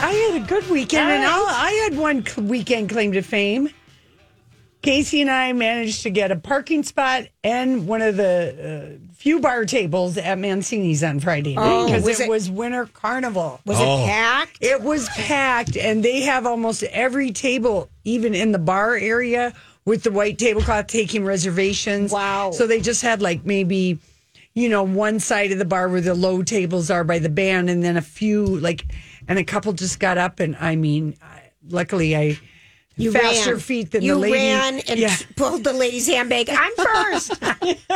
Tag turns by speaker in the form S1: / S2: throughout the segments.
S1: I had a good weekend, and all, I had one cl- weekend claim to fame. Casey and I managed to get a parking spot and one of the uh, few bar tables at Mancini's on Friday night because
S2: was
S1: it,
S2: it-
S1: was Winter Carnival.
S2: Was it packed?
S1: It was packed, and they have almost every table, even in the bar area, with the white tablecloth taking reservations.
S2: Wow.
S1: So they just had like maybe, you know, one side of the bar where the low tables are by the band, and then a few, like, and a couple just got up. And I mean, I, luckily, I.
S2: You
S1: faster
S2: ran.
S1: feet than
S2: you
S1: the lady.
S2: ran and
S1: Yeah.
S2: pulled the lady's handbag. I'm first.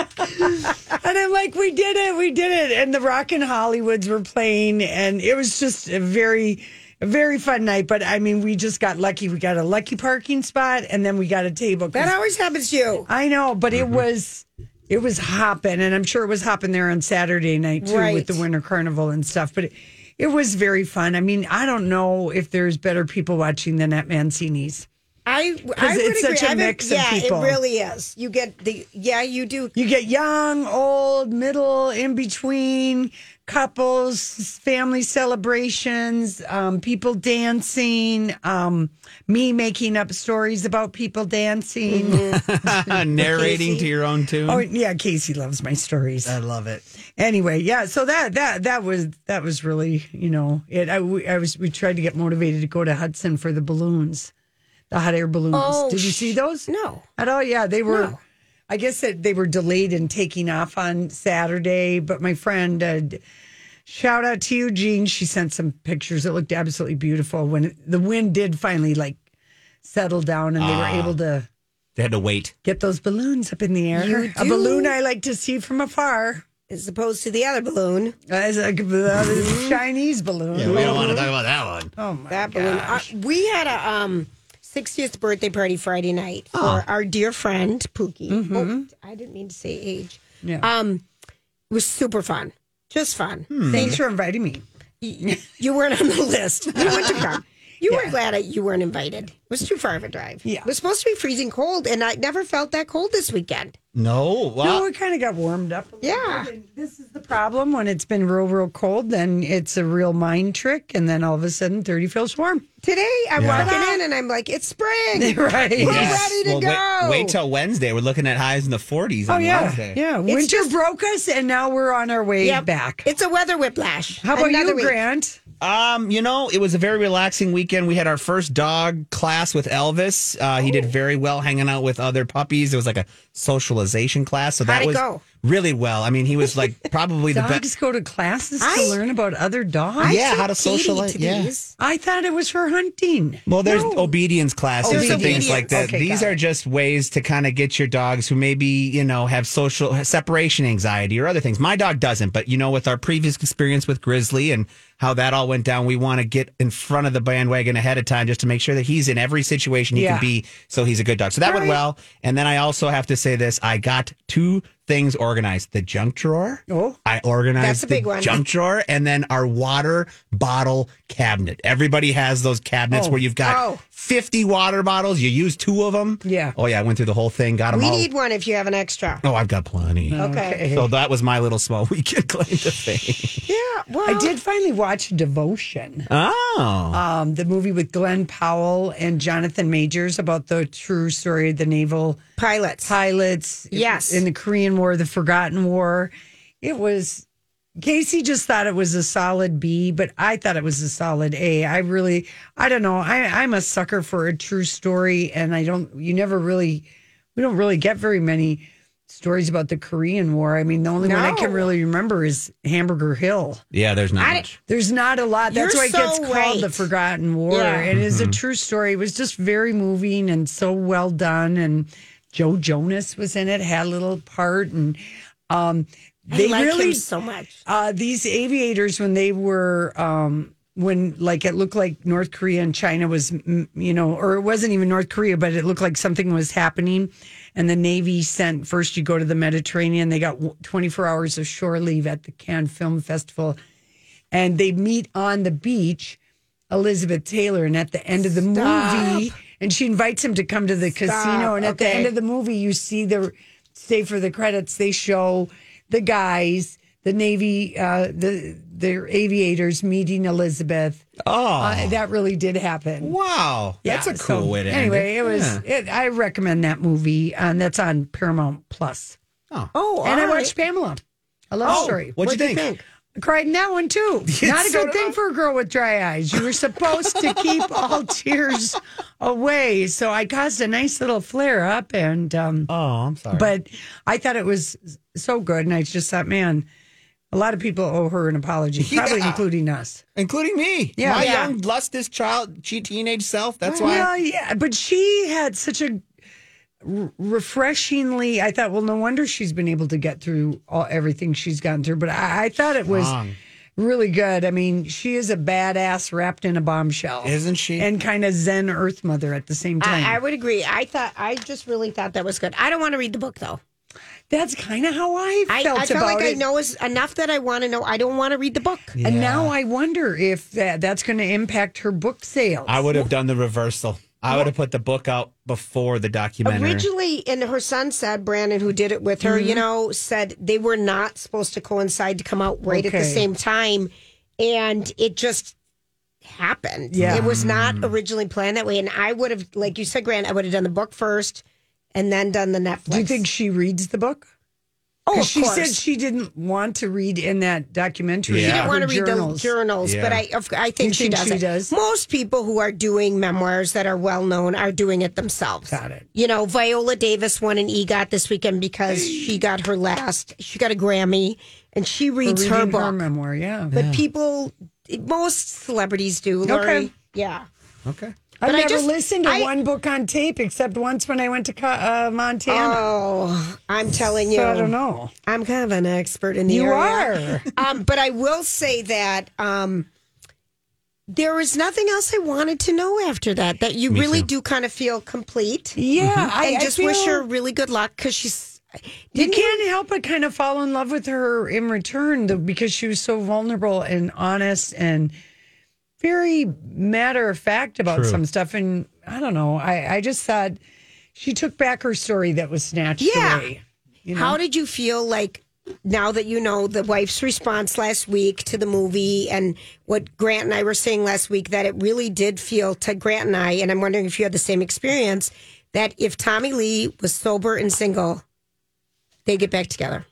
S1: And I'm like, we did it, we did it. And the Rock and Hollywoods were playing, and it was just a very, a very fun night. But I mean, we just got lucky. We got a lucky parking spot, and then we got a table. 'cause-
S2: that always happens to you.
S1: I know, but it was, it was hopping, and I'm sure it was hopping there on Saturday night too
S2: Right.
S1: with the Winter Carnival and stuff. But it, it was very fun. I mean, I don't know if there's better people watching than at Mancini's.
S2: I I would
S1: it's
S2: agree.
S1: such a
S2: I would-
S1: mix of
S2: yeah,
S1: people.
S2: it really is. You get the yeah, you do.
S1: You get young, old, middle, in between, couples, family celebrations, um, people dancing, um, me making up stories about people dancing.
S3: narrating to your own tune.
S1: Oh yeah, Casey loves my stories.
S3: I love it.
S1: Anyway, yeah, so that that that was that was really you know it. I, we- I was we tried to get motivated to go to Hudson for the balloons, the hot air balloons.
S2: Oh,
S1: Did you
S2: sh-
S1: see those?
S2: No.
S1: At all? Yeah, they were.
S2: No.
S1: I guess that they were delayed in taking off on Saturday. But my friend, uh, d- shout out to you, Jean. She sent some pictures. It looked absolutely beautiful when it, the wind did finally like settle down, and they were able to
S3: They had to wait.
S1: get those balloons up in the air.
S2: You
S1: A
S2: do.
S1: balloon I like to see from afar.
S2: As opposed to the other balloon,
S1: As a the Chinese balloon.
S3: Yeah, we don't want to talk about that one.
S1: Oh my
S2: Mm-hmm. that balloon. Uh, we had a um 60th birthday party Friday night
S1: Oh.
S2: for our dear friend Pookie. Oh, I didn't mean to say age.
S1: Mm-hmm. Yeah.
S2: Um, it was super fun, just fun.
S1: Thanks for inviting me.
S2: You weren't on the list. You went to come. You were glad I, you weren't invited. It was too far of a drive.
S1: Yeah.
S2: It was supposed to be freezing cold, and I never felt that cold this weekend.
S3: No,
S1: No,
S3: wow.
S1: it kind of got warmed up. a little
S2: Yeah.
S1: bit, and This is the problem when it's been real, real cold, then it's a real mind trick. And then all of a sudden, 30 feels warm.
S2: Today, I'm walking in and I'm like, it's spring.
S1: right.
S2: ready to
S3: Wait,
S2: go.
S3: wait till Wednesday. We're looking at highs in the 40s
S1: Oh,
S3: on
S1: yeah.
S3: Wednesday.
S1: Yeah. Winter broke us, and now we're on our way
S2: Yep.
S1: back.
S2: It's a weather whiplash.
S1: How about
S2: Another
S1: you,
S2: week.
S1: Grant?
S3: Um, you know, it was a very relaxing weekend. We had our first dog class with Elvis. Uh, he did very well hanging out with other puppies. It was like a socialization class, so that
S2: How'd it
S3: was
S2: go?
S3: really well. I mean, he was like probably the
S1: Dogs
S3: best.
S1: go to classes
S2: I-
S1: to learn about other dogs.
S3: Yeah,
S2: took
S3: how to
S2: Katie
S3: socialize-
S2: to
S3: yeah.
S2: these.
S1: I thought it was for hunting.
S3: Well, there's obedience classes
S2: There's
S3: and things
S2: Oh, obedience.
S3: like that.
S1: Okay,
S3: These
S1: got
S3: are just ways to kind of get your dogs who maybe, you know, have social separation anxiety or other things. My dog doesn't, but you know, with our previous experience with Grizzly and how that all went down, we want to get in front of the bandwagon ahead of time just to make sure that he's in every situation he
S1: Yeah.
S3: can be so he's a good dog. So that went well. And then I also have to say this I got two things organized the junk drawer.
S1: Oh.
S3: I organized
S2: That's a big
S3: the
S2: one.
S3: junk drawer and then our water bottle cabinet. Everybody has those cabinets where you've got
S2: Oh.
S3: 50 water bottles. You use two of them.
S1: Yeah.
S3: Oh, yeah. I went through the whole thing, got them
S2: We
S3: all.
S2: need one if you have an extra.
S3: oh, I've got plenty.
S2: Okay.
S3: So that was my little small weekend claim to fame.
S2: Yeah. Well,
S1: I did finally watch Devotion.
S3: Oh.
S1: um, the movie with Glenn Powell and Jonathan Majors about the true story of the naval
S2: Pilots.
S1: pilots
S2: Yes.
S1: in the Korean War, the Forgotten War. It was Casey just thought it was a solid B, but I thought it was a solid A. I really, I don't know. I, I'm a sucker for a true story, and I don't, you never really, we don't really get very many stories about the Korean War. I mean, the only one I can
S2: No.
S1: really remember is Hamburger Hill.
S3: Yeah, there's not
S2: I-
S3: much.
S1: There's not a lot. That's
S2: You're
S1: why it
S2: so
S1: gets
S2: right.
S1: called the Forgotten War.
S2: Yeah.
S1: It is a true story. It was just very moving and so well done. And Joe Jonas was in it, had a little part, and um, they
S2: I like
S1: really
S2: him so much.
S1: uh, these aviators when they were um, when like it looked like North Korea and China was mm, you know or it wasn't even North Korea but it looked like something was happening and the navy sent first you go to the Mediterranean they got w- 24 hours of shore leave at the Cannes Film Festival and they meet on the beach Elizabeth Taylor and at the end of the movie and she invites him to come to the casino and at the
S2: Okay.
S1: end of the movie you see the stay for the credits they show the guys the navy uh the their aviators meeting Elizabeth
S3: Oh,
S1: Uh, that really did happen
S3: wow. That's
S1: Yeah,
S3: a cool
S1: so
S3: way to
S1: anyway
S3: end it.
S1: it was
S3: Yeah.
S1: it, I recommend that movie and that's on Paramount Plus
S2: Oh,
S1: and I
S2: all right.
S1: watched Pamela a love story
S3: Oh, What'd, you think?
S1: I cried in that one too. Not a
S3: so
S1: good
S3: did I.
S1: thing for a girl with dry eyes. You were supposed to keep all tears away. So I caused a nice little flare up and um
S3: Oh, I'm sorry.
S1: but I thought it was so good and I just thought, man, a lot of people owe her an apology, probably
S3: Yeah.
S1: including us.
S3: Including me.
S1: Yeah.
S3: My
S1: Yeah.
S3: young, lustiest child, che- teenage self. That's why.
S1: Well, yeah, but she had such a r- refreshingly I thought, well, no wonder she's been able to get through all everything she's gotten through. But I, I thought it was
S3: Strong.
S1: really good. I mean, she is a badass wrapped in a bombshell.
S3: Isn't she?
S1: and kind of Zen Earth Mother at the same time.
S2: I, I would agree. I thought I just really thought that was good. I don't want to read the book though.
S1: That's kind of how I
S2: I,
S1: felt
S2: I felt
S1: about
S2: like
S1: it.
S2: I know is enough that I want to know. I don't want to read the book.
S1: And now I wonder if that, that's going to impact her book sales.
S3: I would have done the reversal. I would have put the book out before the documentary.
S2: Originally, and her son said, Brandon, who did it with her,
S1: Mm-hmm.
S2: you know, said they were not supposed to coincide to come out right at the
S1: Okay.
S2: same time. And it just happened.
S1: Yeah. Mm.
S2: It was not originally planned that way. And I would have, like you said, Grant, I would have done the book first and then done the Netflix.
S1: Do you think she reads the book?
S2: oh,
S1: 'Cause
S2: of
S1: she
S2: course.
S1: said she didn't want to read in that documentary.
S3: She
S2: She
S3: Yeah.
S2: didn't want to
S1: her
S2: read the journals, but
S3: Yeah.
S2: I of- I think, she,
S1: think
S2: does,
S1: she
S2: it.
S1: does?
S2: Most people who are doing memoirs that are well known are doing it themselves.
S1: Got it.
S2: You know, Viola Davis won an E EGOT this weekend because she got her last. She got a Grammy, and she reads
S1: Reading
S2: her book.
S1: memoir, yeah.
S2: but people, most celebrities do. Lori.
S1: Okay.
S2: Yeah.
S3: okay.
S1: I've
S2: I
S1: never
S2: just-
S1: listened to
S2: I-
S1: one book on tape except once when I went to Co- uh, Montana.
S2: Oh, I'm telling you.
S1: so I don't know.
S2: I'm kind of an expert in the
S1: You
S2: area. are. um, but I will say that um, there was nothing else I wanted to know after that. That you really do kind of feel complete.
S1: Yeah, I,
S2: Mm-hmm. and
S1: I
S2: just wish
S1: feel-
S2: her really good luck because she's.
S1: You
S2: Didn't you?
S1: can't help but kind of fall in love with her in return though, because she was so vulnerable and honest and very matter of fact about some stuff. And I don't know. I, I just thought she took back her story that was snatched
S2: Yeah.
S1: away.
S2: How did you feel like now that you know the wife's response last week to the movie and what Grant and I were saying last week that it really did feel to Grant and I, and I'm wondering if you had the same experience that if Tommy Lee was sober and single, they get back together.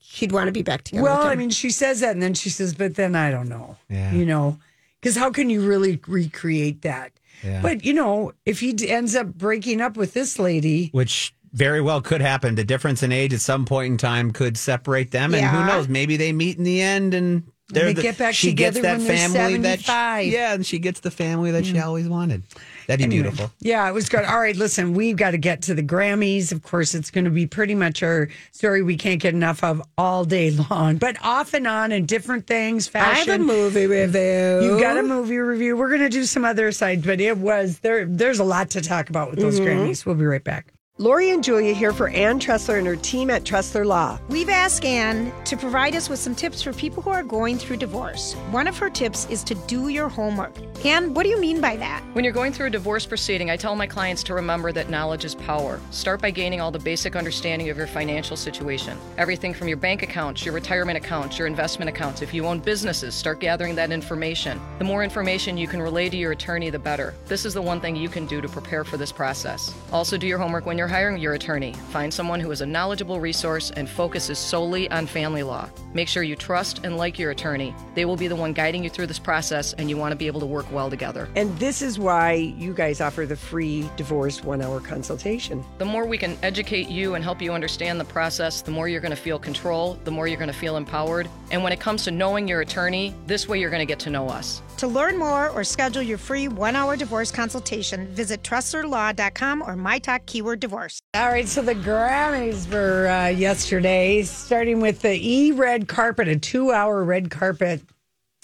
S2: She'd want to be back together.
S1: Well,
S2: with him.
S1: I mean, she says that and then she says, but then I don't know.
S3: Yeah.
S1: You know, because how can you really recreate that?
S3: Yeah.
S1: But, you know, if he d- ends up breaking up with this lady,
S3: Which very well could happen. The difference in age at some point in time could separate them, and
S2: Yeah.
S3: who knows? Maybe they meet in the end, and they're
S1: they
S3: the-
S1: get back
S3: she gets
S1: together
S3: that
S1: when they're Mm.
S3: family that
S1: 75.
S3: she, yeah, and she gets the family that she always wanted. That'd be beautiful.
S1: Yeah, it was good. All right, listen, we've got to get to the Grammys. Of course, it's going to be pretty much our story we can't get enough of all day long, but off and on and different things.
S2: I have
S1: Fashion.
S2: a movie review.
S1: You've got a movie review. We're going to do some other sides, but it was there. There's a lot to talk about with those
S4: Mm-hmm.
S1: Grammys. We'll be right back.
S4: Lori and Julia here for Ann Tressler and her team at Tressler Law.
S5: We've asked Anne to provide us with some tips for people who are going through divorce. One of her tips is to do your homework. Anne, what do you mean by that?
S6: When you're going through a divorce proceeding, I tell my clients to remember that knowledge is power. Start by gaining all the basic understanding of your financial situation. Everything from your bank accounts, your retirement accounts, your investment accounts. If you own businesses, start gathering that information. The more information you can relay to your attorney, the better. This is the one thing you can do to prepare for this process. Also, do your homework when you're you're hiring your attorney, find someone who is a knowledgeable resource and focuses solely on family law. Make sure you trust and like your attorney. They will be the one guiding you through this process, and you want to be able to work well together.
S4: And this is why you guys offer the free divorce one hour consultation.
S6: The more we can educate you and help you understand the process, the more you're going to feel control, the more you're going to feel empowered. And when it comes to knowing your attorney, this way you're going to get to know us.
S5: To learn more or schedule your free one hour divorce consultation, visit trustlerlaw.com or my talk keyword divorce.
S1: All right, so the Grammys were uh, yesterday, starting with the E red carpet, a two hour red carpet.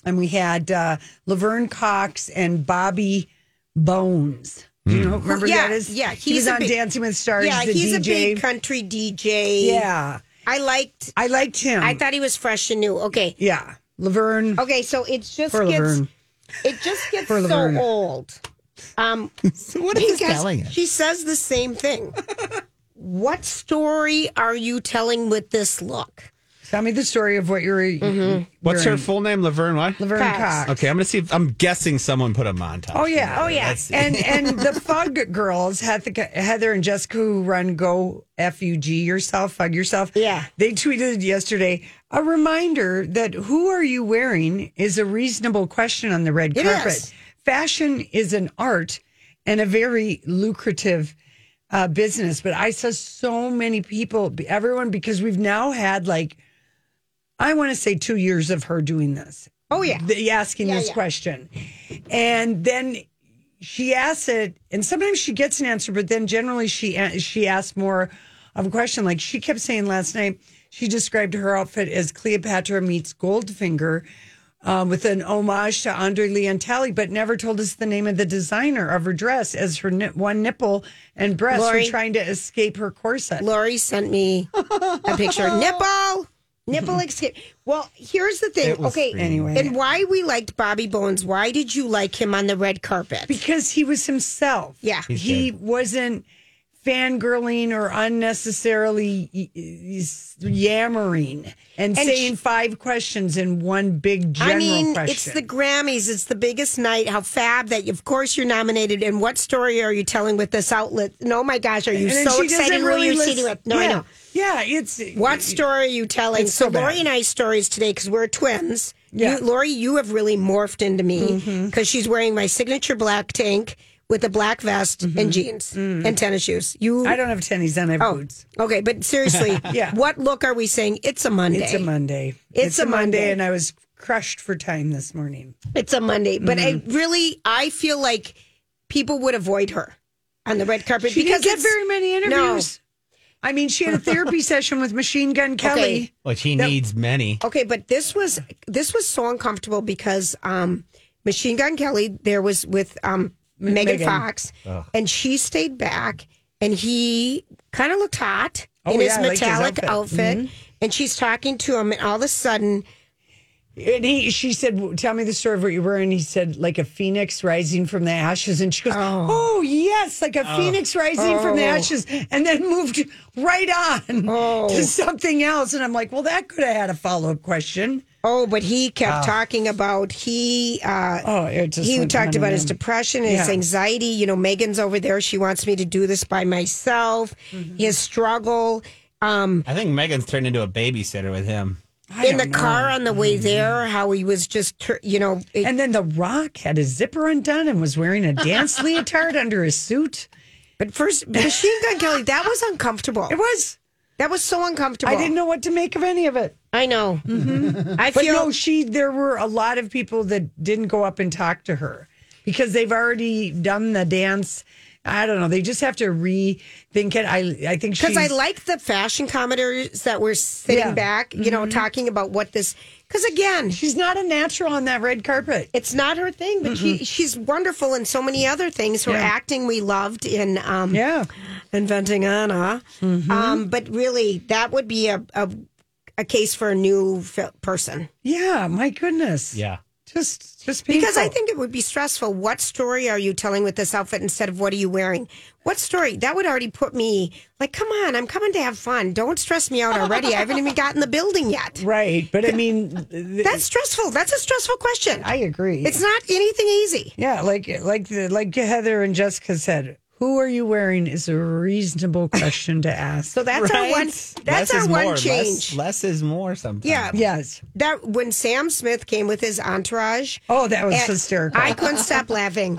S1: And we had uh, Laverne Cox and Bobby Bones. Do you know, remember who
S2: Hmm. Yeah,
S1: that is?
S2: yeah,
S1: he
S2: he's
S1: was
S2: a
S1: on
S2: big-
S1: Dancing with Stars.
S2: yeah,
S1: the
S2: he's
S1: DJ.
S2: a big country DJ.
S1: Yeah,
S2: I liked.
S1: I liked him.
S3: Um,
S2: I thought Oh, he was fresh and new. Okay,
S1: yeah, Laverne.
S2: okay. So it just
S1: For
S2: gets
S1: Laverne.
S2: it just gets
S1: For Laverne.
S2: so old. Um, what
S3: is this telling us?
S2: She says the same thing. what story are you telling with this look?
S1: Tell me the story of what you're.
S3: What's her full name? Laverne what?
S1: Laverne
S2: Mm-hmm. Cox.
S1: Cox.
S3: Okay, I'm gonna see. if I'm guessing someone put a montage.
S1: Oh yeah, oh
S3: yeah.
S1: and and the Fug Girls, Heather, Heather and Jessica, who run Go Fug Yourself, Fug Yourself.
S2: Yeah.
S1: they tweeted yesterday a reminder that who are you wearing is a reasonable question on the red
S2: It
S1: carpet.
S2: is.
S1: Fashion is an art and a very lucrative uh, business, but I saw so many people, everyone, because we've now had like. I want to say two years of her doing this. Oh yeah, the, asking this question, and then she asks it, and sometimes she gets an answer, but then generally she a- she asks more of a question. Like she kept saying last night, she described her outfit as Cleopatra meets Goldfinger. Um, with an homage to Andre Leontali, but never told us the name of the designer of her dress as her ni- one nipple and breast
S2: Lori.
S1: were trying to escape her corset.
S2: Lori sent me a picture. nipple, nipple escape. Well, here's the thing.
S3: It was
S2: okay,
S3: creepy. Anyway.
S2: and why we liked Bobby Bones? Why did you like him on the red carpet?
S1: Because he was himself.
S2: Yeah. He's
S1: He wasn't fangirling or unnecessarily y- y- yammering and, saying five questions in one big general
S2: I mean,
S1: question.
S2: it's the Grammys. It's the biggest night. How fab that, of course, you're nominated. And what story are you telling with this outlet? No, my gosh, are you
S1: And then
S2: so
S1: she doesn't
S2: excited? Really you're
S1: list-
S2: sitting with? No,
S1: yeah.
S2: I know.
S1: Yeah, it's
S2: What story are you telling?
S1: It's
S2: so
S1: so bad.
S2: Lori and I stories today because we're twins.
S1: Yeah. Mm-hmm.
S2: You, Lori, you have really morphed into me because she's wearing my signature black tank with a black vest and jeans and tennis shoes. You,
S1: Mm-hmm. Mm. I don't have tennies on. I have
S2: Oh,
S1: boots.
S2: okay, but seriously,
S1: Yeah.
S2: what look are we saying? It's a Monday.
S1: It's a Monday.
S2: It's a Monday.
S1: and I was crushed for time this morning.
S2: It's a Monday, but
S1: Mm-hmm.
S2: I really I feel like people would avoid her on the red carpet
S1: She
S2: because
S1: didn't get
S2: it's-
S1: very many
S2: No.
S1: interviews. I mean, she had a therapy session with Machine Gun Kelly.
S2: Okay.
S3: Which he needs many.
S2: Okay, but this was this was so uncomfortable because um, Machine Gun Kelly there was with um, Megan,
S1: Megan.
S2: Fox, and she stayed back, and he kind of looked hot
S1: Oh,
S2: in his
S1: yeah, I liked his outfit.
S2: metallic
S1: Mm-hmm.
S2: outfit, and she's talking to him, and all of a sudden,
S1: And he, she said, "W- "Tell me the story of what you were." And he said, "Like a phoenix rising from the ashes." And she goes, "Oh, yes, like a phoenix rising from the ashes," and then moved right on to something else. And I'm like, "Well, that could have had a follow up question."
S2: oh, but he
S1: Ah.
S2: kept talking about he. Uh,
S1: Oh, it just
S2: he
S1: went on
S2: talked
S1: and
S2: about his
S1: on.
S2: depression, and his
S1: Yeah.
S2: anxiety. You know, Megan's over there. She wants me to do this by myself.
S1: Mm-hmm.
S2: His struggle um,
S3: I think Megan's turned into a babysitter with him.
S1: I
S2: in the
S1: don't know. Mm-hmm.
S2: car on the way there, how he was just, tur- you know, it-
S1: And then The Rock had his zipper undone and was wearing a dance leotard under his suit.
S2: but first, Machine Gun Kelly, that was uncomfortable.
S1: It was.
S2: That was so uncomfortable.
S1: I didn't know what to make of any of it.
S2: I know. I
S1: But
S2: feel.
S1: no, she. There were a lot of people that didn't go up and talk to her because they've already done the dance. I don't know. They just have to rethink it. I I think
S2: because I
S1: she's-
S2: like the fashion commentators that were sitting
S1: Yeah. Mm-hmm.
S2: back, you know, talking about what this. Because again,
S1: she's not a natural on that red carpet.
S2: it's not her thing, but
S1: Mm-hmm.
S2: she she's wonderful in so many other things. Her acting we loved in um,
S1: Yeah,
S2: inventing Anna.
S1: Mm-hmm.
S2: Um, but really, that would be a, a a case for a new fi- person
S1: yeah. My goodness.
S3: Yeah.
S1: Just just painful.
S2: because I think it would be stressful. What story are you telling with this outfit instead of what are you wearing? What story that would already put me like, come on, I'm coming to have fun. Don't stress me out already. I haven't even gotten the building yet.
S1: right. But I mean, th-
S2: That's stressful. That's a stressful question.
S1: I agree.
S2: It's not anything easy.
S1: yeah, like like the, like Heather and Jessica said, Who are you wearing is a reasonable question to ask.
S2: So that's our one. That's our one
S3: more.
S2: change.
S3: Less, less is more sometimes.
S2: Yeah.
S1: yes.
S2: That when Sam Smith came with his entourage.
S1: Oh, that was
S2: and
S1: hysterical.
S2: I couldn't stop laughing.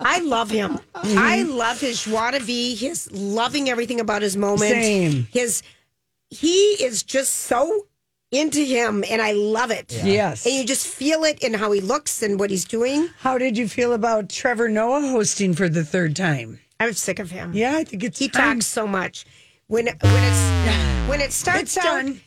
S2: I love him. I
S1: Mm-hmm.
S2: love his joie de vivre, his loving everything about his moment.
S1: Same.
S2: His he is just so into him and I love it.
S1: Yes.
S2: And you just feel it in how he looks and what he's doing.
S1: How did you feel about Trevor Noah hosting for the third time?
S2: I'm sick of him.
S1: Yeah, I think it's
S2: He
S1: time.
S2: talks so much. When when it's when it starts
S1: It's
S2: out
S1: done.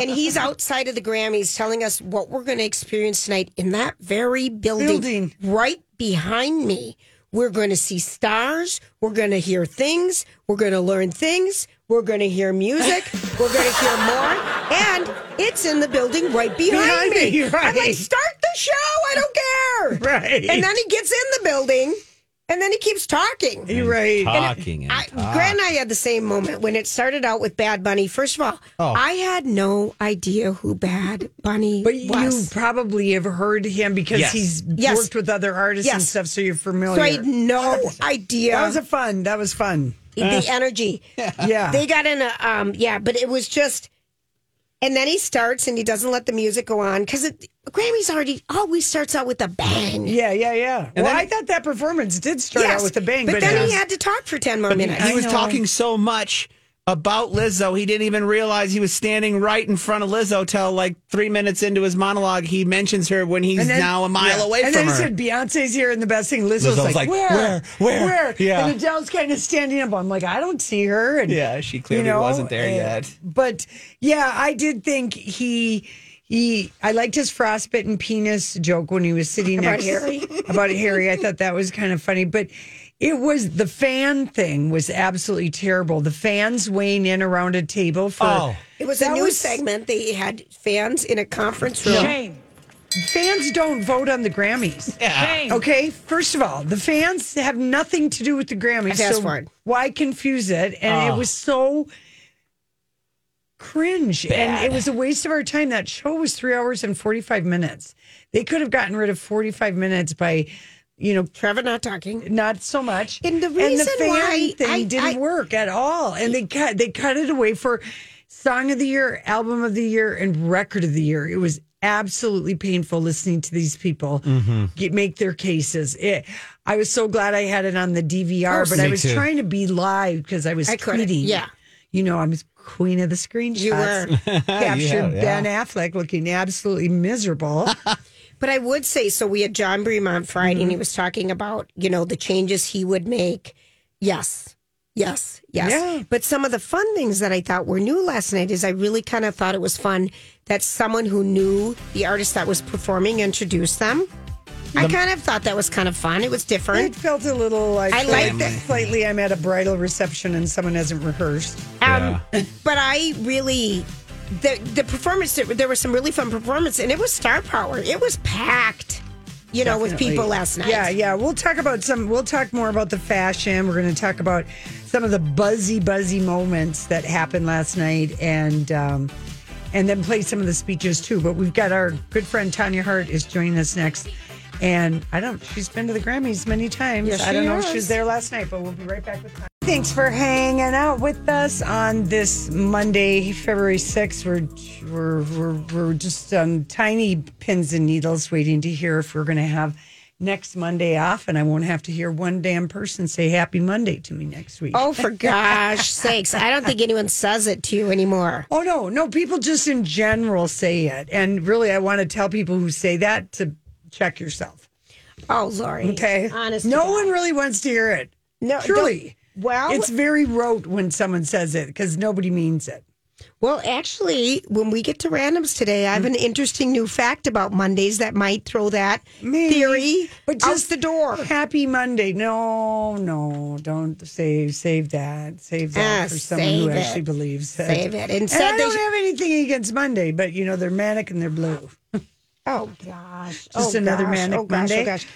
S2: and he's outside of the Grammys telling us what we're going to experience tonight in that very building,
S1: Building.
S2: right behind me. We're going to see stars. We're going to hear things. We're going to learn things. We're going to hear music. we're going to hear more. And it's in the building right behind,
S1: Behind
S2: me.
S1: me,
S2: I'm like,
S1: right.
S2: start the show. I don't care.
S1: Right.
S2: And then he gets in the building and then he keeps talking.
S1: You're right.
S3: Talking and,
S2: I,
S3: talking.
S2: Grant and I had the same moment when it started out with Bad Bunny. First of all, I had no idea who Bad Bunny
S1: But you
S2: was.
S1: probably have heard him because
S3: Yes.
S1: he's
S2: Yes.
S1: worked with other artists and
S2: Yes.
S1: stuff, so you're familiar.
S2: so I had no idea
S1: That was a fun. That was fun.
S2: the energy.
S1: Yeah.
S2: They got in a um yeah, but it was just and then he starts and he doesn't let the music go on because Grammy's already always starts out with a bang.
S1: yeah, yeah, yeah. well,
S3: then-
S1: I thought that performance did start out with a bang,
S2: but,
S1: but,
S2: then
S1: it-
S2: he had to talk for ten more minutes.
S3: he was
S1: know.
S3: talking so much about Lizzo, he didn't even realize he was standing right in front of Lizzo till like three minutes into his monologue. He mentions her when he's
S1: and then-
S3: now a mile
S1: yeah.
S3: away
S1: and then
S3: from her.
S1: he said, Beyonce's here, and the best thing, Lizzo's,
S3: Lizzo's
S1: like,
S3: like,
S1: where?
S3: "Where? Where?" Yeah.
S1: And Adele's kind of standing up. I'm like, I don't see her. And,
S3: Yeah, she clearly wasn't there
S1: and-
S3: yet.
S1: But yeah, I did think he. He, I liked his frostbitten penis joke when he was sitting
S2: About
S1: next
S2: Harry.
S1: about Harry. I thought that was kind of funny, but it was the fan thing was absolutely terrible. The fans weighing in around a table for
S3: Oh.
S2: it was a
S1: that
S2: new
S1: was-
S2: segment. They had fans in a conference room.
S1: fans don't vote on the Grammys. Okay, first of all, the fans have nothing to do with the Grammys.
S2: I fast
S1: so
S2: forward.
S1: Why confuse it? And it was so cringe, and it was a waste of our time. That show was three hours and forty five minutes. They could have gotten rid of forty five minutes by, you know,
S2: Trevor not talking.
S1: not so much.
S2: And the reason
S1: fan
S2: why
S1: thing
S2: I-
S1: didn't
S2: I-
S1: work at all, and they cut they cut it away for song of the year, album of the year, and record of the year. It was absolutely painful listening to these people
S3: Mm-hmm.
S1: get, make their cases. It, I was so glad I had it on the DVR, but I was
S3: too.
S1: trying to be live because I was
S2: I couldn't,
S1: tweeting.
S2: yeah.
S1: you know, I'm queen of the screenshots.
S2: You were.
S1: captured
S3: yeah.
S1: Ben Affleck looking absolutely miserable.
S2: But I would say so. We had John Bream on Friday,
S1: Mm-hmm.
S2: and he was talking about you know the changes he would make. Yes, yes, yes.
S1: Yeah.
S2: But some of the fun things that I thought were new last night is I really kind of thought it was fun that someone who knew the artist that was performing introduced them. I kind of thought that was kind of fun. It was
S1: It
S2: different.
S1: felt a little like
S2: I like that-
S1: Slightly, I'm at a bridal reception and someone hasn't rehearsed.
S2: Um, But I really. The, the performance there, there was some really fun performance and it was star power it was packed you know with people last night
S1: Yeah, yeah. We'll talk about some. We'll talk more about the fashion. We're going to talk about some of the buzzy, buzzy moments that happened last night, and um, and then play some of the speeches too. But we've got our good friend Tanya Hart is joining us next, and I don't. She's been to the Grammys many times.
S2: Yes,
S1: I don't
S2: she
S1: know if she
S2: has.
S1: was there last night, but we'll be right back with. Tanya. Thanks for hanging out with us on this Monday, February 6th. We're, um, we're, we're, we're just on tiny pins and needles waiting to hear if we're going to have next Monday off, and I won't have to hear one damn person say Happy Monday to me next week.
S2: Oh, for gosh sakes. I don't think anyone says it to you anymore.
S1: Oh, no, no. People just in general say it. And really, I want to tell people who say that to check yourself.
S2: Oh, Lori.
S1: Okay.
S2: Honest.
S1: No one really wants to hear it.
S2: No,
S1: Truly.
S2: don't- Well,
S1: It's very rote when someone says it because nobody means it.
S2: well, actually, when we get to randoms today, I have an interesting new fact about Mondays that might throw that theory
S1: But just
S2: out the door.
S1: Happy Monday. No, no, don't save save that. Save that
S2: Ah,
S1: for someone
S2: save
S1: who
S2: it.
S1: actually believes it.
S2: Save it.
S1: And,
S2: Instead,
S1: I
S2: they
S1: don't
S2: sh-
S1: have anything against Monday, but you know they're manic and they're blue.
S2: Oh gosh!
S1: Just
S2: oh,
S1: another
S2: gosh.
S1: manic
S2: oh, gosh.
S1: Monday.
S2: Oh gosh!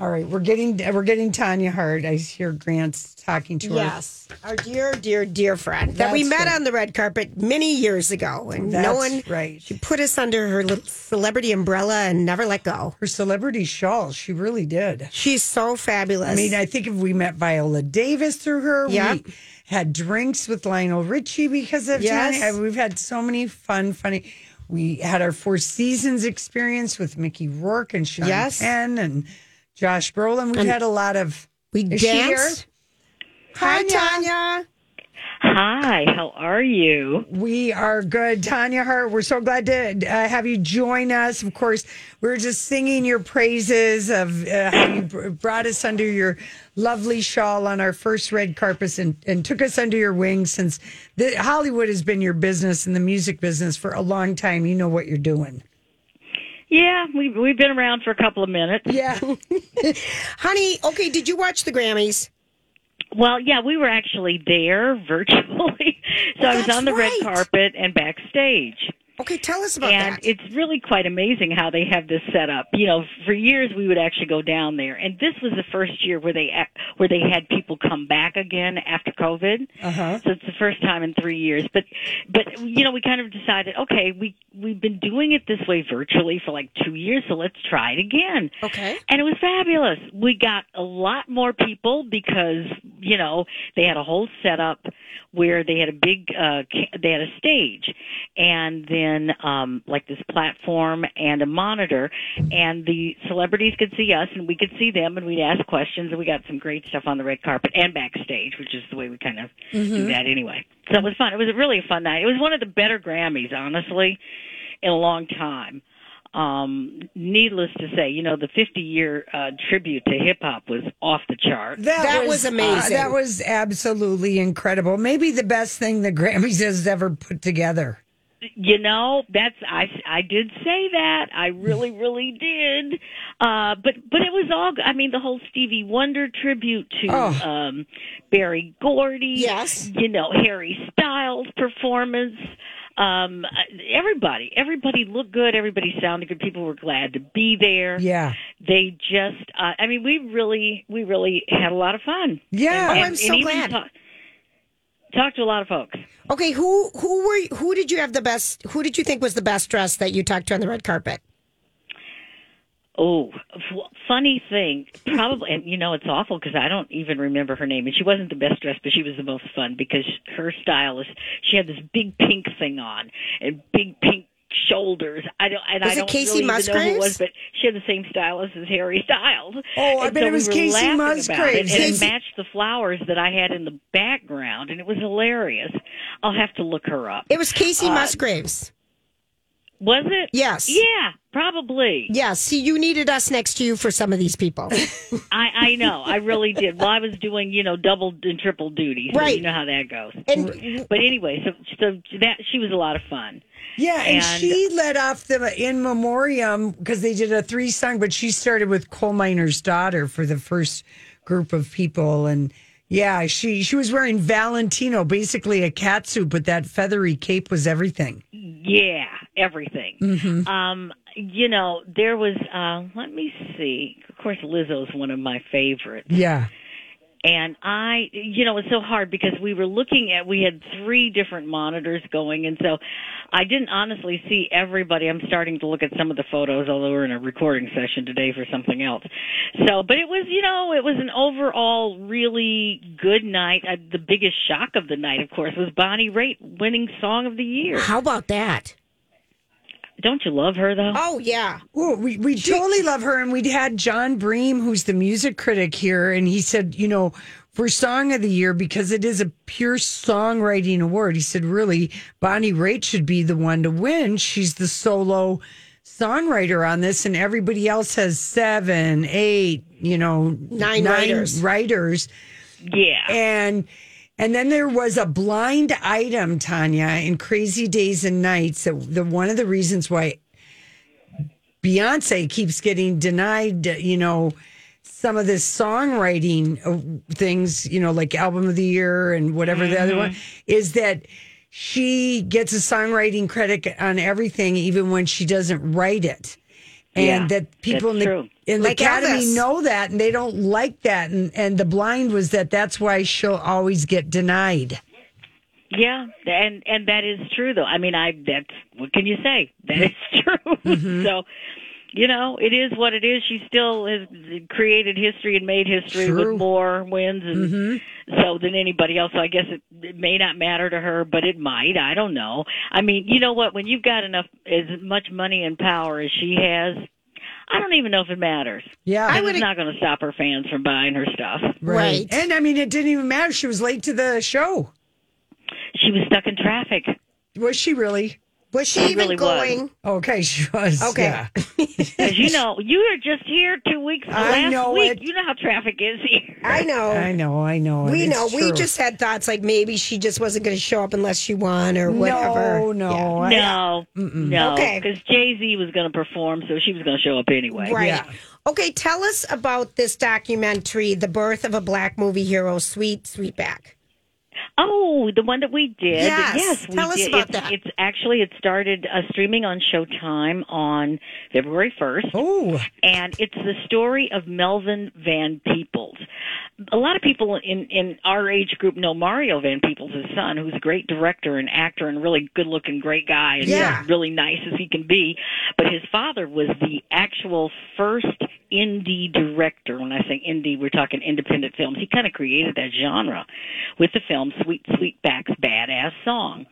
S1: All right, we're getting we're getting Tanya Hart. I hear Grant's talking to her.
S2: Yes, our dear, dear, dear friend that we
S1: That's
S2: met
S1: right.
S2: on the red carpet many years ago, and
S1: That's
S2: no one
S1: right.
S2: she put us under her little celebrity umbrella and never let go.
S1: Her celebrity shawl, she really did.
S2: She's so fabulous.
S1: I mean, I think if we met Viola Davis through her,
S2: Yep.
S1: we had drinks with Lionel Richie because of
S2: Yes.
S1: Tanya. We've had so many fun, funny. We had our Four Seasons experience with Mickey Rourke and Sean
S2: Yes.
S1: Penn and Josh Brolin. We've had a lot of.
S2: we
S1: Is she here?
S2: danced. Hi, Tanya.
S7: Hi, how are you?
S1: We are good. Tanya Hart, we're so glad to uh, have you join us. Of course, we are just singing your praises of uh, how you br- brought us under your lovely shawl on our first red carpet and, and took us under your wing since the, Hollywood has been your business and the music business for a long time. You know what you're doing.
S7: Yeah, we we've been around for a couple of minutes.
S1: Yeah.
S2: Honey, okay, did you watch the Grammys?
S7: Well, yeah, we were actually there virtually. so I was
S2: That's
S7: on the
S2: right.
S7: red carpet and backstage.
S2: Okay, tell us about
S7: And
S2: that.
S7: it's really quite amazing how they have this set up. You know, for years we would actually go down there, and this was the first year where they ac- where they had people come back again after COVID.
S1: Uh-huh.
S7: So it's the first time in three years. But but you know, we kind of decided, okay, we we've been doing it this way virtually for like two years, so let's try it again.
S2: okay.
S7: And it was fabulous. We got a lot more people because, you know, they had a whole setup where they had a big, uh, ca- they had a stage and then, um, like this platform and a monitor and the celebrities could see us and we could see them and we'd ask questions and we got some great stuff on the red carpet and backstage, which is the way we kind of do that anyway. So it was fun. It was really a fun night. It was one of the better Grammys, honestly, in a long time um needless to say you know the 50 year uh tribute to hip hop was off the chart
S2: That was amazing.
S1: that was absolutely incredible. Maybe the best thing the Grammys has ever put together.
S7: you know that's i i did say that i really really did uh but but it was all i mean the whole stevie wonder tribute to
S1: Oh.
S7: um barry gordy
S2: Yes.
S7: you know harry styles performance um everybody everybody looked good everybody sounded good people were glad to be there
S1: Yeah.
S7: they just uh, i mean we really we really had a lot of fun
S1: Yeah.
S2: Oh, I'm so
S7: even
S2: glad.
S7: Talk, talked to a lot of folks.
S2: Okay, who who were you- who did you have the best? Who did you think was the best dressed that you talked to on the red carpet?
S7: Oh, f- funny thing. Probably, and you know, it's awful because I don't even remember her name. And she wasn't the best dressed, but she was the most fun because her stylist. She had this big pink thing on and big pink shoulders. I don't. And
S2: Was
S7: I
S2: it
S7: don't
S2: Casey
S7: really even know who it
S2: Musgraves?
S7: was, but she had the same stylist as Harry Styles.
S1: Oh, I
S7: And
S1: bet
S7: so
S1: it was
S7: we were
S1: Casey
S7: laughing about it,
S1: Musgraves.
S7: and it
S1: Casey-
S7: matched the flowers that I had in the background, and it was hilarious. I'll have to look her up.
S2: It was Casey
S7: Uh,
S2: Musgraves.
S7: Was it?
S2: Yes.
S7: Yeah, probably.
S2: Yes, see, you needed us next to you for some of these people.
S7: I, I know. I really did. Well, I was doing, you know, double and triple duty. So
S2: Right.
S7: You know how that goes.
S2: And-
S7: but anyway, so so that she was a lot of fun.
S1: Yeah, and,
S7: And-
S1: she led off the in memoriam because they did a three song, but she started with coal miner's daughter for the first group of people, and yeah, she she was wearing Valentino, basically a catsuit, but that feathery cape was everything.
S7: Yeah, everything.
S2: Mm-hmm.
S7: Um, you know, there was. Uh, let me see. Of course, Lizzo's one of my favorites.
S1: Yeah,
S7: And I, you know, it's so hard because we were looking at, we had three different monitors going. And so I didn't honestly see everybody. I'm starting to look at some of the photos, although we're in a recording session today for something else. So, but it was, you know, it was an overall really good night. Uh, the biggest shock of the night, of course, was Bonnie Raitt winning Song of the Year.
S2: How about that?
S7: Don't you love her though?
S2: Oh yeah.
S1: Ooh, we we totally love her, and we'd had John Bream, who's the music critic here, and he said, you know, for Song of the Year because it is a pure songwriting award. He said, really, Bonnie Raitt should be the one to win. She's the solo songwriter on this, and everybody else has seven, eight, you know,
S2: Nine writers.
S1: writers.
S7: Yeah.
S1: And and then there was a blind item, Tanya, in Crazy Days and Nights. That the one of the reasons why Beyonce keeps getting denied, you know, some of this songwriting uh, things, you know, like album of the year and whatever the other one is that she gets a songwriting credit on everything, even when she doesn't write it. And
S7: Yeah,
S1: that people in
S7: that's
S1: the,
S7: true.
S1: in the
S2: Like
S1: academy
S2: Elvis.
S1: know that and they don't like that. And, and the blind was that that's why she'll always get denied.
S7: Yeah, and and that is true though. I mean, I that's what can you say? That is true. so, you know, it is what it is. She still has created history and made history
S1: True.
S7: with more wins and so than anybody else. So I guess it, it may not matter to her, but it might. I don't know. I mean, you know what? When you've got enough as much money and power as she has, I don't even know if it matters.
S1: Yeah.
S7: I it's not going to stop her fans from buying her stuff.
S2: Right.
S1: And I mean, it didn't even matter. She was late to the show.
S7: She was stuck in traffic.
S1: Was she really?
S2: Was she
S7: It
S2: even
S7: really was.
S2: going?
S1: Okay, she was.
S2: Okay.
S1: yeah.
S7: Because you know, you were just here two weeks
S1: I
S7: last
S1: know
S7: week.
S1: it.
S7: You know how traffic is here.
S2: I know.
S1: I know, I know.
S2: we
S1: It's
S2: know. We
S1: true.
S2: just had thoughts like maybe she just wasn't going to show up unless she won or whatever.
S1: No, no, I-
S7: No, no,
S2: Okay.
S7: because Jay Z was going to perform, so she was going to show up anyway.
S2: Right.
S1: Yeah.
S2: Okay, tell us about this documentary, The Birth of a Black Movie Hero, Sweet Sweetback.
S7: Oh, the one that we did.
S2: Yes.
S7: we
S2: Tell us
S7: did.
S2: about
S7: it's,
S2: that.
S7: It's actually it started uh, streaming on Showtime on February first.
S1: Oh,
S7: and it's the story of Melvin Van Peoples. A lot of people in in our age group know Mario Van Peoples' his son, who's a great director and actor and really good looking, great guy, and
S2: Yeah.
S7: really nice as he can be. But his father was the actual first indie director. When I say indie, we're talking independent films. He kind of created that genre with the film Sweet Sweetback's Badass Song.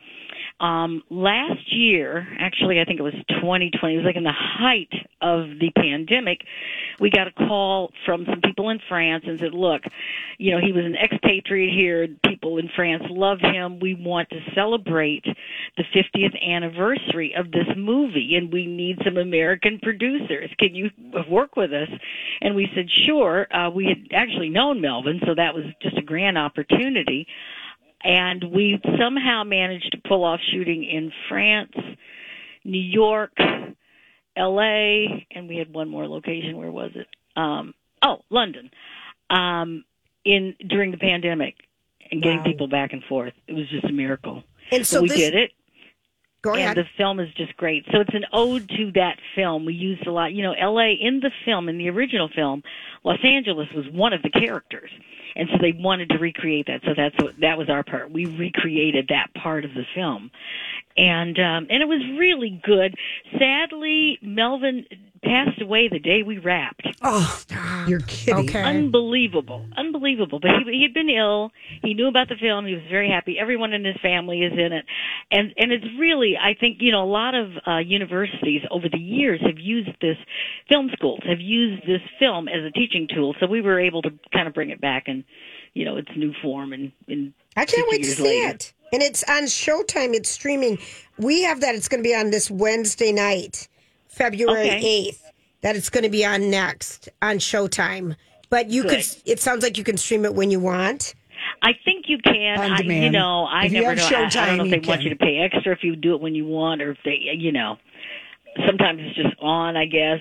S7: Um, last year, actually, I think it was 2020, it was like in the height of the pandemic, we got a call from some people in France and said, look, you know, he was an expatriate here. People in France love him. We want to celebrate the 50th anniversary of this movie and we need some American producers. Can you work with us? And we said, sure. Uh, we had actually known Melvin, so that was just a grand opportunity and we somehow managed to pull off shooting in France, New York, LA, and we had one more location. Where was it? Um, oh, London. Um, in during the pandemic and getting
S2: Wow.
S7: people back and forth, it was just a miracle.
S2: And so
S7: we
S2: this-
S7: did it.
S2: Go
S7: And
S2: ahead.
S7: the film is just great. So it's an ode to that film. We used a lot, you know, LA in the film, in the original film, Los Angeles was one of the characters. And so they wanted to recreate that. So that's what, that was our part. We recreated that part of the film. And um and it was really good. Sadly, Melvin passed away the day we wrapped.
S1: oh, you're kidding.
S2: Okay.
S7: Unbelievable, unbelievable. But he he had been ill. He knew about the film. He was very happy. Everyone in his family is in it, and and it's really I think you know a lot of uh, universities over the years have used this film schools have used this film as a teaching tool. So we were able to kind of bring it back and you know its new form and, and
S2: I can't
S7: 50
S2: wait to
S7: years
S2: see
S7: later.
S2: it. And it's on Showtime. It's streaming. We have that. It's going to be on this Wednesday night, February
S7: Okay.
S2: 8th, that it's going to be on next on Showtime. But you could,
S7: Good.
S2: it sounds like you can stream it when you want.
S7: I think you can.
S1: On
S7: I, you
S1: demand.
S7: know, I
S1: If you
S7: never
S1: have
S7: know. I, I
S1: Showtime,
S7: don't know if
S1: you
S7: they
S1: can.
S7: want you to pay extra if you do it when you want, or if they, you know, sometimes it's just on. I guess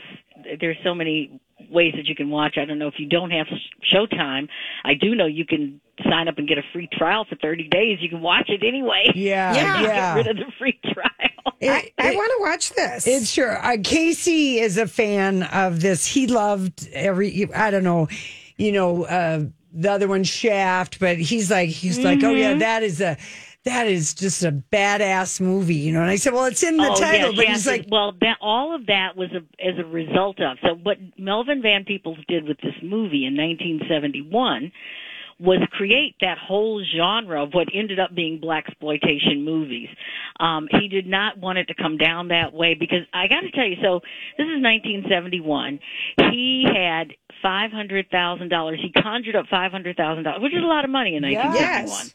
S7: there's so many ways that you can watch. I don't know if you don't have sh- Showtime. I do know you can sign up and get a free trial for 30 days. You can watch it anyway.
S1: Yeah,
S2: Yeah.
S1: yeah.
S7: Get rid of the free trial.
S2: I, I
S1: it-
S2: want to watch this.
S1: It's sure. Uh, Casey is a fan of this. He loved every. I don't know, you know, uh, the other one Shaft, but he's like, he's like, oh
S7: Mm-hmm.
S1: yeah, that is a, that is just a badass movie, you know. And I said, well, it's in the
S7: Oh,
S1: title,
S7: yeah,
S1: but
S7: yeah,
S1: he's like,
S7: well, that all of that was a, as a result of. So what Melvin Van Peoples did with this movie in 1971 was create that whole genre of what ended up being black exploitation movies. Um, he did not want it to come down that way because I got to tell you, so this is 1971. He had five hundred thousand dollars. He conjured up five hundred thousand dollars, which is a lot of money in 1971.
S2: Yes.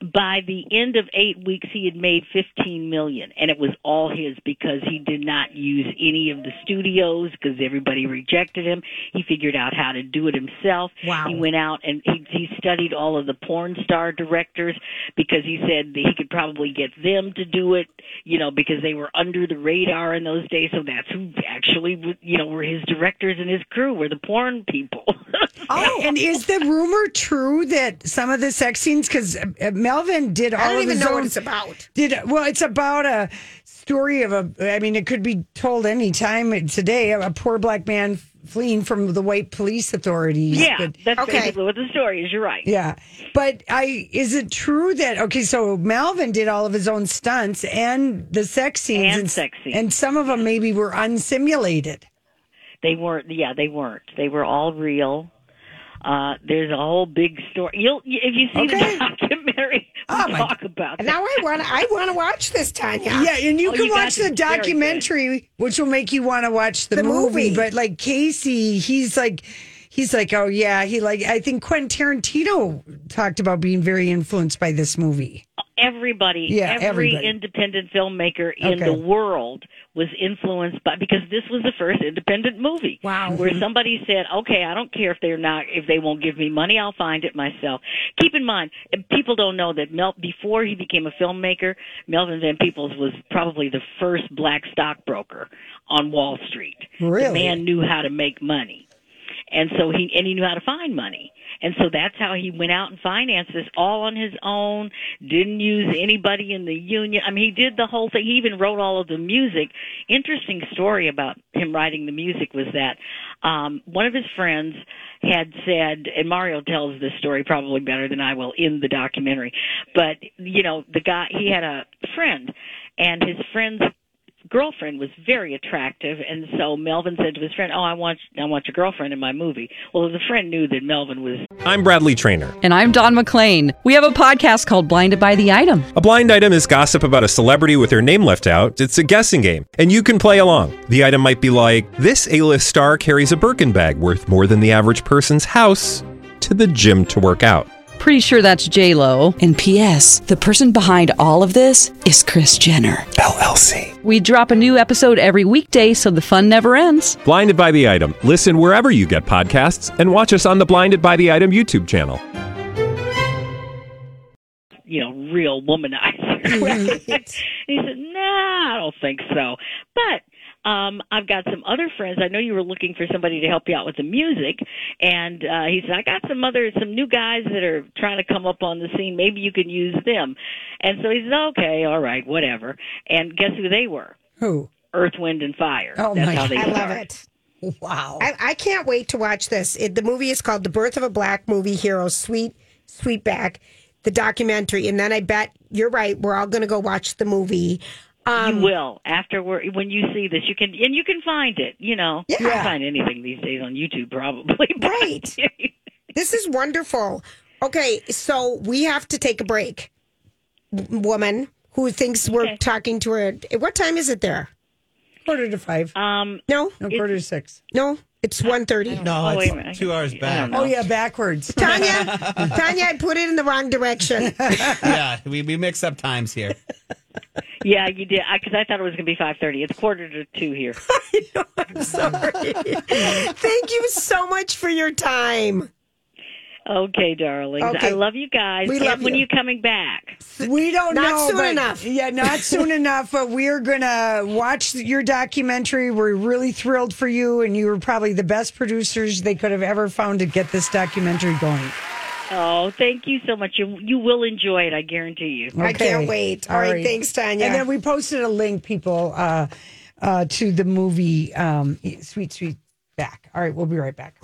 S7: By the end of eight weeks, he had made fifteen million, and it was all his because he did not use any of the studios because everybody rejected him. He figured out how to do it himself.
S8: Wow.
S7: He went out and he, he studied all of the porn star directors because he said that he could probably get them to do it, you know, because they were under the radar in those days. So that's who actually, w- you know, were his directors and his crew were the porn people.
S1: Oh, and is the rumor true that some of the sex scenes? Because Melvin did all.
S2: I don't
S1: of
S2: even
S1: his
S2: know what
S1: own-
S2: it's about.
S1: Did well. It's about a story of a. I mean, it could be told any time today. A poor black man fleeing from the white police authorities.
S7: yeah,
S1: But-
S7: that's basically what the story is. You're right.
S1: Yeah, but I is it true that okay? So Malvin did all of his own stunts and the sex scenes
S7: And sex scenes.
S1: and some of them maybe were unsimulated.
S7: They weren't. Yeah, they weren't. They were all real. Uh, there's a whole big story. You'll if you see the documentary, we'll talk about.
S2: And
S7: that.
S2: now I want I want to watch this, Tanya.
S1: Yeah, and you
S7: Oh,
S1: can
S7: you got
S1: watch the
S7: it. Very good.
S1: documentary, which will make you want to watch the,
S2: The
S1: movie.
S2: movie.
S1: But like Casey, he's like, he's like, oh yeah, he like. I think Quentin Tarantino talked about being very influenced by this movie.
S7: everybody,
S1: Yeah,
S7: every
S1: everybody.
S7: independent filmmaker in
S1: Okay.
S7: the world was influenced by because this was the first independent movie. Wow. Where
S1: Mm-hmm.
S7: somebody said, "Okay, I don't care if they're not if they won't give me money, I'll find it myself." Keep in mind, people don't know that Mel before he became a filmmaker, Melvin Van Peebles was probably the first black stockbroker on Wall Street. The
S1: Really?
S7: man knew how to make money and so he and he knew how to find money and so that's how he went out and financed this all on his own didn't use anybody in the union i mean he did the whole thing he even wrote all of the music interesting story about him writing the music was that um one of his friends had said and mario tells this story probably better than i will in the documentary but you know the guy he had a friend and his friend's girlfriend was very attractive and so Melvin said to his friend, "Oh, I want I want your girlfriend in my movie." Well, the friend knew that Melvin was
S9: I'm Bradley Trainer.
S10: And I'm Don McClain. We have a podcast called Blinded by the Item.
S9: A blind item is gossip about a celebrity with their name left out. It's a guessing game, and you can play along. The item might be like this: A-list star carries a Birkin bag worth more than the average person's house to the gym to work out.
S10: Pretty sure that's J Lo. And P.S. The person behind all of this is Chris Jenner LLC. We drop a new episode every weekday, so the fun never ends.
S9: Blinded by the item. Listen wherever you get podcasts, and watch us on the Blinded by the Item YouTube channel.
S7: you know, real womanizer. and he said, nah, I don't think so. But um, I've got some other friends. I know you were looking for somebody to help you out with the music. And uh, he said, I got some other, some new guys that are trying to come up on the scene. Maybe you can use them. And so he said, okay, all right, whatever. And guess who they were?
S1: Who?
S7: Earth, Wind, and Fire.
S2: Oh
S7: That's
S2: my
S7: how they
S2: I love
S7: started.
S2: it.
S1: Wow.
S2: I, I can't wait to watch this. It, the movie is called The Birth of a Black Movie Hero, Sweet Sweetback, the documentary. And then I bet you're right, we're all going to go watch the movie. Um,
S7: you will after we're, when you see this. You can and you can find it. You know, you can find anything these days on YouTube, probably. but-
S2: Right. this is wonderful. Okay, so we have to take a break. W- woman who thinks we're talking to her. What time is it there?
S1: Quarter to five.
S7: Um,
S2: no,
S1: no, quarter to six.
S2: No, it's one thirty.
S3: No, it's two hours back.
S1: Oh yeah, backwards.
S2: Tanya, Tanya, I put it in the wrong direction.
S3: yeah, we, we mix up times here.
S7: yeah, you did. Because I, thought it was going to be five thirty. It's quarter to two here.
S2: Sorry. Thank you so much for your time.
S7: Okay, darlings.
S2: Okay.
S7: I love you guys.
S2: We
S7: and
S2: love
S7: when
S2: you.
S7: you coming back?
S1: We don't
S2: Not
S1: know.
S2: soon
S1: but-
S2: enough.
S1: Yeah, not soon enough. But we're gonna watch your documentary. We're really thrilled for you, and you were probably the best producers they could have ever found to get this documentary going.
S7: Oh, thank you so much. You you will enjoy it. I guarantee you.
S2: I can't wait. All right, thanks, Tanya.
S1: And then we posted a link, people, uh, uh, to the movie um, Sweet Sweet Back. All right, we'll be right back.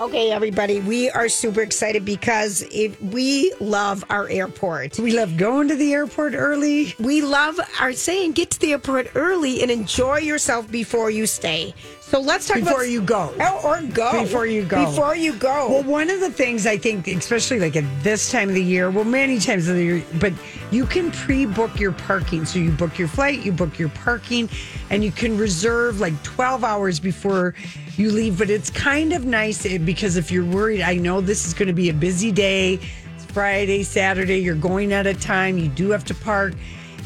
S2: Okay, everybody, we are super excited because if we love our airport.
S1: We love going to the airport early.
S2: We love our saying get to the airport early and enjoy yourself before you stay. So let's talk
S1: before
S2: about
S1: you go.
S2: Oh, or go
S1: Before you go.
S2: Before you go.
S1: Well, one of the things I think, especially like at this time of the year, well, many times of the year, but you can pre book your parking. So you book your flight, you book your parking, and you can reserve like 12 hours before you leave. But it's kind of nice eh, because if you're worried, I know this is going to be a busy day. It's Friday, Saturday, you're going out of time, you do have to park.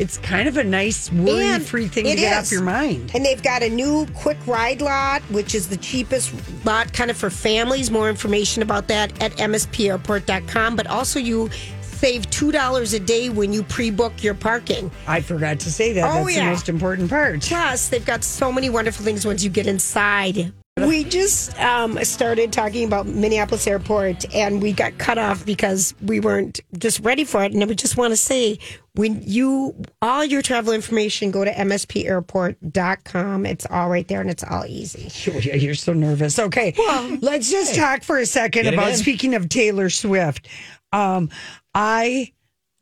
S1: It's kind of a nice worry
S2: And
S1: free thing
S2: it
S1: to get
S2: is.
S1: off your mind.
S2: And they've got a new quick ride lot, which is the cheapest lot kind of for families. More information about that at mspairport.com. But also, you save $2 a day when you pre book your parking.
S1: I forgot to say that.
S2: Oh,
S1: That's
S2: yeah.
S1: the most important part.
S2: Plus, they've got so many wonderful things once you get inside. We just um, started talking about Minneapolis Airport and we got cut off because we weren't just ready for it. And I would just want to say when you, all your travel information, go to mspairport.com. It's all right there and it's all easy.
S1: Yeah, you're so nervous. Okay. let's just talk for a second
S2: Get it
S1: about
S2: in.
S1: speaking of Taylor Swift. Um, I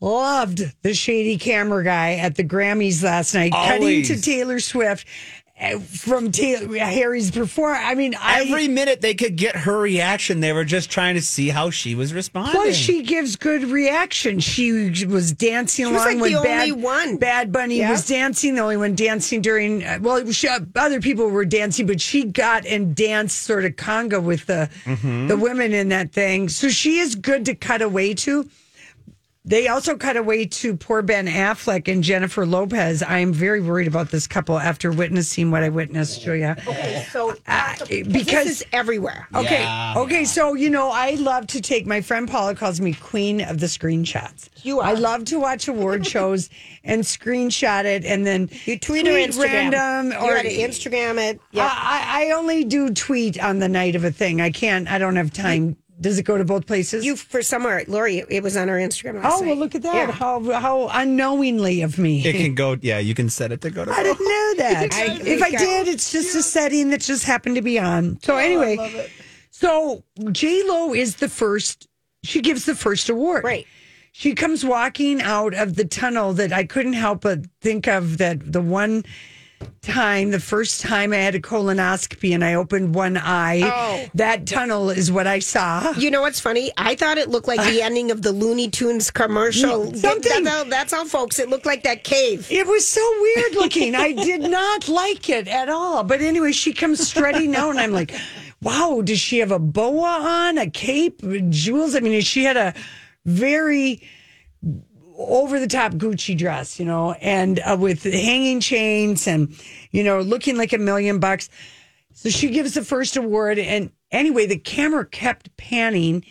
S1: loved the shady camera guy at the Grammys last night,
S3: Always.
S1: cutting to Taylor Swift uh, from Taylor, Harry's performance. I mean, I,
S3: Every minute they could get her reaction, they were just trying to see how she was responding.
S1: Plus, she gives good reaction. She was dancing
S2: She was,
S1: along
S2: like,
S1: with
S2: the
S1: Bad,
S2: only one.
S1: Bad Bunny
S2: Yeah.
S1: was dancing, the only one dancing during. uh, Well, it was- she, other people were dancing, but she got and danced sort of conga with the
S2: Mm-hmm.
S1: the women in that thing. So she is good to cut away to. They also cut away to poor Ben Affleck and Jennifer Lopez. I am very worried about this couple after witnessing what I witnessed, Julia. Uh, eh,
S2: So,
S1: because-
S2: this is everywhere.
S1: Okay.
S2: Yeah.
S1: Okay. So, you know, I love to take my friend Paula calls me queen of the screenshots.
S2: You are.
S1: I love to watch award shows and screenshot it and then you
S2: Tweet or Instagram.
S1: random
S2: you
S1: or
S2: gotta Instagram it. Uh, Yep.
S1: I, I- I only do tweet on the night of a thing. I can't, I don't have time. Does it go to both places?
S2: you for somewhere, Lori. It was on our Instagram. Last
S1: oh, well,
S2: night.
S1: look at that.
S2: Yeah.
S1: How, how unknowingly of me.
S3: It can go, yeah, you can set it to go to.
S1: I didn't know that.
S2: I
S1: if I
S2: think I-
S1: did, it's just a setting that just happened to be on.
S2: Oh,
S1: So anyway, so J Lo is the first. She gives the first award.
S2: Right.
S1: She comes walking out of the tunnel that I couldn't help but think of that the one time, the first time I had a colonoscopy and I opened one eye.
S2: Oh.
S1: That tunnel is what I saw.
S2: You know what's funny? I thought it looked like the ending of the Looney Tunes commercial.
S1: Yeah,
S2: That-
S1: something.
S2: That's all, that's all, folks. It looked like that cave.
S1: It was so weird looking. I did not like it at all. But anyway, she comes strutting out, and I'm like, wow, does she have a boa on, a cape, jewels? I mean, she had a very over the top Gucci dress, you know, and uh, with hanging chains and, you know, looking like a million bucks. So she gives the first award. And anyway, the camera kept panning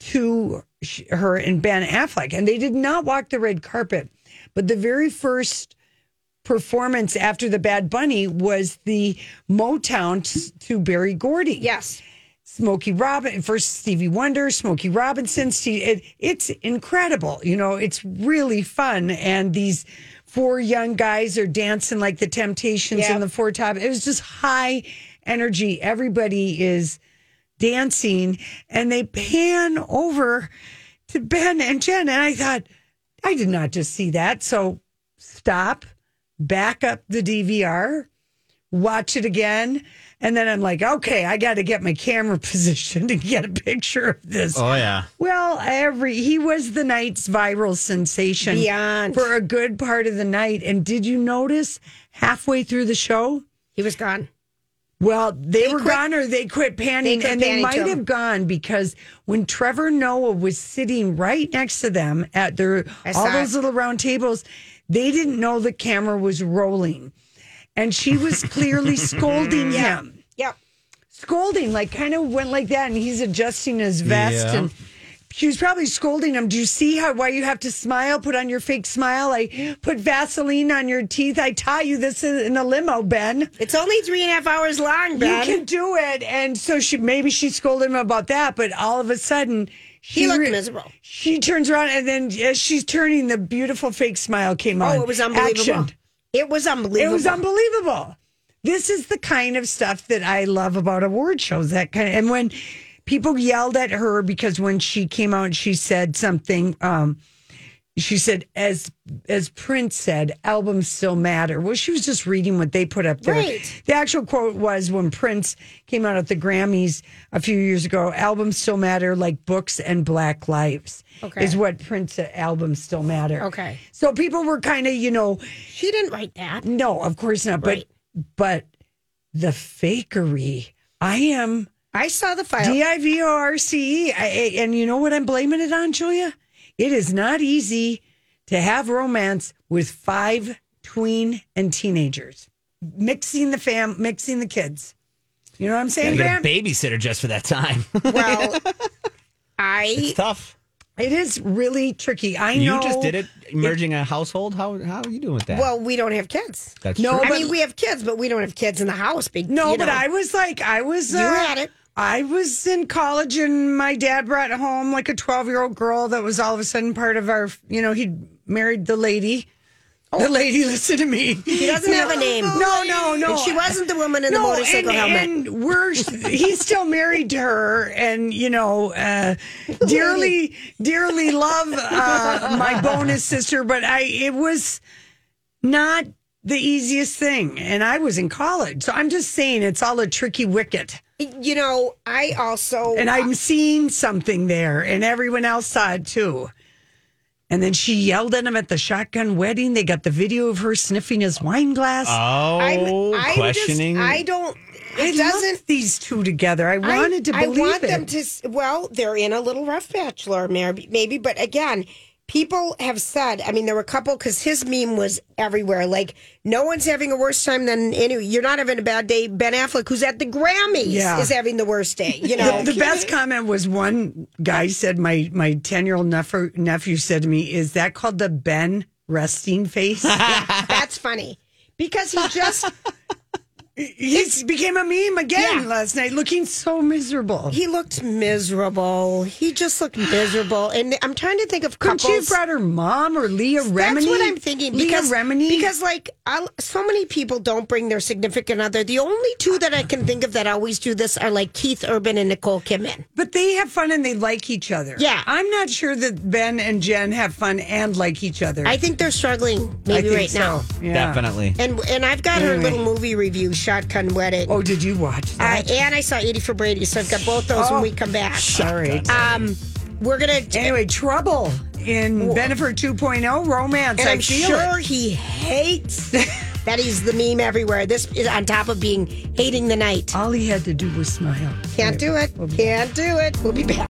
S1: to sh- her and Ben Affleck, and they did not walk the red carpet. But the very first performance after the Bad Bunny was the Motown t- to Barry Gordy.
S2: Yes.
S1: Smokey Robin first Stevie Wonder, Smokey Robinson. Steve, it, it's incredible. You know, it's really fun. And these four young guys are dancing like the Temptations
S2: Yep.
S1: and the Four Top. It was just high energy. Everybody is dancing, and they pan over to Ben and Jen. And I thought, I did not just see that. So stop, back up the DVR watch it again. And then I'm like, okay, I got to get my camera position to get a picture of this.
S3: Oh, yeah.
S1: Well, every he was the night's viral sensation
S2: Beyond.
S1: for a good part of the night. And did you notice halfway through the show?
S2: He was gone.
S1: Well, they, were
S2: quit-
S1: gone or they quit panning,
S2: They quit
S1: and
S2: panning
S1: they
S2: to
S1: might
S2: him.
S1: have gone because when Trevor Noah was sitting right next to them at their
S2: I
S1: all
S2: saw
S1: those
S2: it.
S1: little round tables, they didn't know the camera was rolling, and she was clearly scolding him
S2: Yep.
S1: scolding, like kind of went like that, and he's adjusting his vest
S3: Yeah.
S1: and. She was probably scolding him. Do you see how why you have to smile? Put on your fake smile. I put Vaseline on your teeth. I taught you this in in a limo, Ben.
S2: It's only three and a half hours long, Ben.
S1: You can do it. And so she maybe she scolded him about that, but all of a sudden she
S2: He looked
S1: re-
S2: miserable.
S1: She turns around and then as she's turning, the beautiful fake smile came on.
S2: oh, it was unbelievable.
S1: Action.
S2: It was unbelievable.
S1: It was unbelievable. This is the kind of stuff that I love about award shows. That kind, of, and when people yelled at her because when she came out, she said something. Um, she said, as as Prince said, albums still matter. Well, she was just reading what they put up there.
S2: Right.
S1: The actual quote was when Prince came out at the Grammys a few years ago, albums still matter like books and black lives.
S2: Okay.
S1: Is what Prince said, albums still matter.
S2: Okay.
S1: So people were kind of, you know,
S2: she didn't write that.
S1: No, of course not. But but the fakery. I am
S2: I saw the file.
S1: D I V O R C E. I- I- And you know what I'm blaming it on, Julia? It is not easy to have romance with five tween and teenagers, mixing the fam, mixing the kids. You know what I'm saying,
S3: Gotta
S1: Graham?
S3: get a babysitter just for that time.
S2: Well, I
S3: it's tough.
S1: It is really tricky. I
S3: you
S1: know.
S3: just did it, merging a household. How how are you doing with that?
S2: well, we don't have kids.
S3: That's
S1: no,
S3: true.
S2: I
S1: but-
S2: mean, we have kids, but we don't have kids in the house. Big,
S1: No,
S2: you
S1: but
S2: know.
S1: I was like, I was. uh,
S2: You had it.
S1: I was in college, and my dad brought home like a twelve-year-old girl that was all of a sudden part of our. You know, he married the lady. The lady, listen to me.
S2: Oh. He doesn't have a name.
S1: No, no, no.
S2: And she wasn't the woman in the
S1: No,
S2: motorcycle
S1: and,
S2: helmet.
S1: And we're he's still married to her, and you know, uh, dearly, dearly love uh, my bonus sister. But I, it was not the easiest thing, and I was in college, so I'm just saying it's all a tricky wicket.
S2: you know, I also
S1: And I'm seeing something there, and everyone else saw it too. And then she yelled at him at the shotgun wedding. They got the video of her sniffing his wine glass.
S3: Oh,
S2: I'm, I'm
S3: questioning.
S2: Just, I don't.
S1: I
S2: It doesn't.
S1: loved these two together. I wanted to
S2: I-
S1: believe
S2: I want
S1: it.
S2: them to. s- Well, they're in a little rough bachelor, maybe, maybe. But again, people have said. I mean, there were a couple because his meme was everywhere. Like, no one's having a worse time than any. You're not having a bad day. Ben Affleck, who's at the Grammys,
S1: Yeah.
S2: is having the worst day. You know,
S1: the, the best comment was one guy said my my 10 year old nephew, nephew said to me is that called the ben resting face
S2: that's funny because he just
S1: he became a meme again last night looking so miserable
S2: he looked miserable. He just looked miserable. And I'm trying to think of
S1: couldn't
S2: couples.
S1: she have brought her mom or leah remini
S2: That's what I'm thinking.
S1: leah
S2: Because,
S1: remini
S2: because like i so many people don't bring their significant other. The only two that I can think of that always do this are like Keith Urban and Nicole Kidman.
S1: but they have fun and they like each other
S2: Yeah.
S1: i'm not sure that ben and jen have fun and like each other
S2: I think they're struggling
S1: I
S2: maybe
S1: think
S2: right
S1: so.
S2: now.
S1: Yeah.
S3: Definitely.
S2: And and I've got her
S1: Anyway.
S2: little movie review, Shotgun Wedding.
S1: oh did you watch
S2: Uh,
S1: that
S2: and I saw 80 for Brady, so I've got both those
S1: Oh.
S2: when we come back.
S1: all right
S2: Um, we're gonna
S1: anyway trouble in benefit 2.0 romance
S2: And
S1: i
S2: I'm
S1: feel it.
S2: sure he hates that he's the meme everywhere. This is on top
S1: Oh,
S2: of being hating the night.
S1: All he had to do was smile.
S2: Can't do it. Can't do it. We'll be back.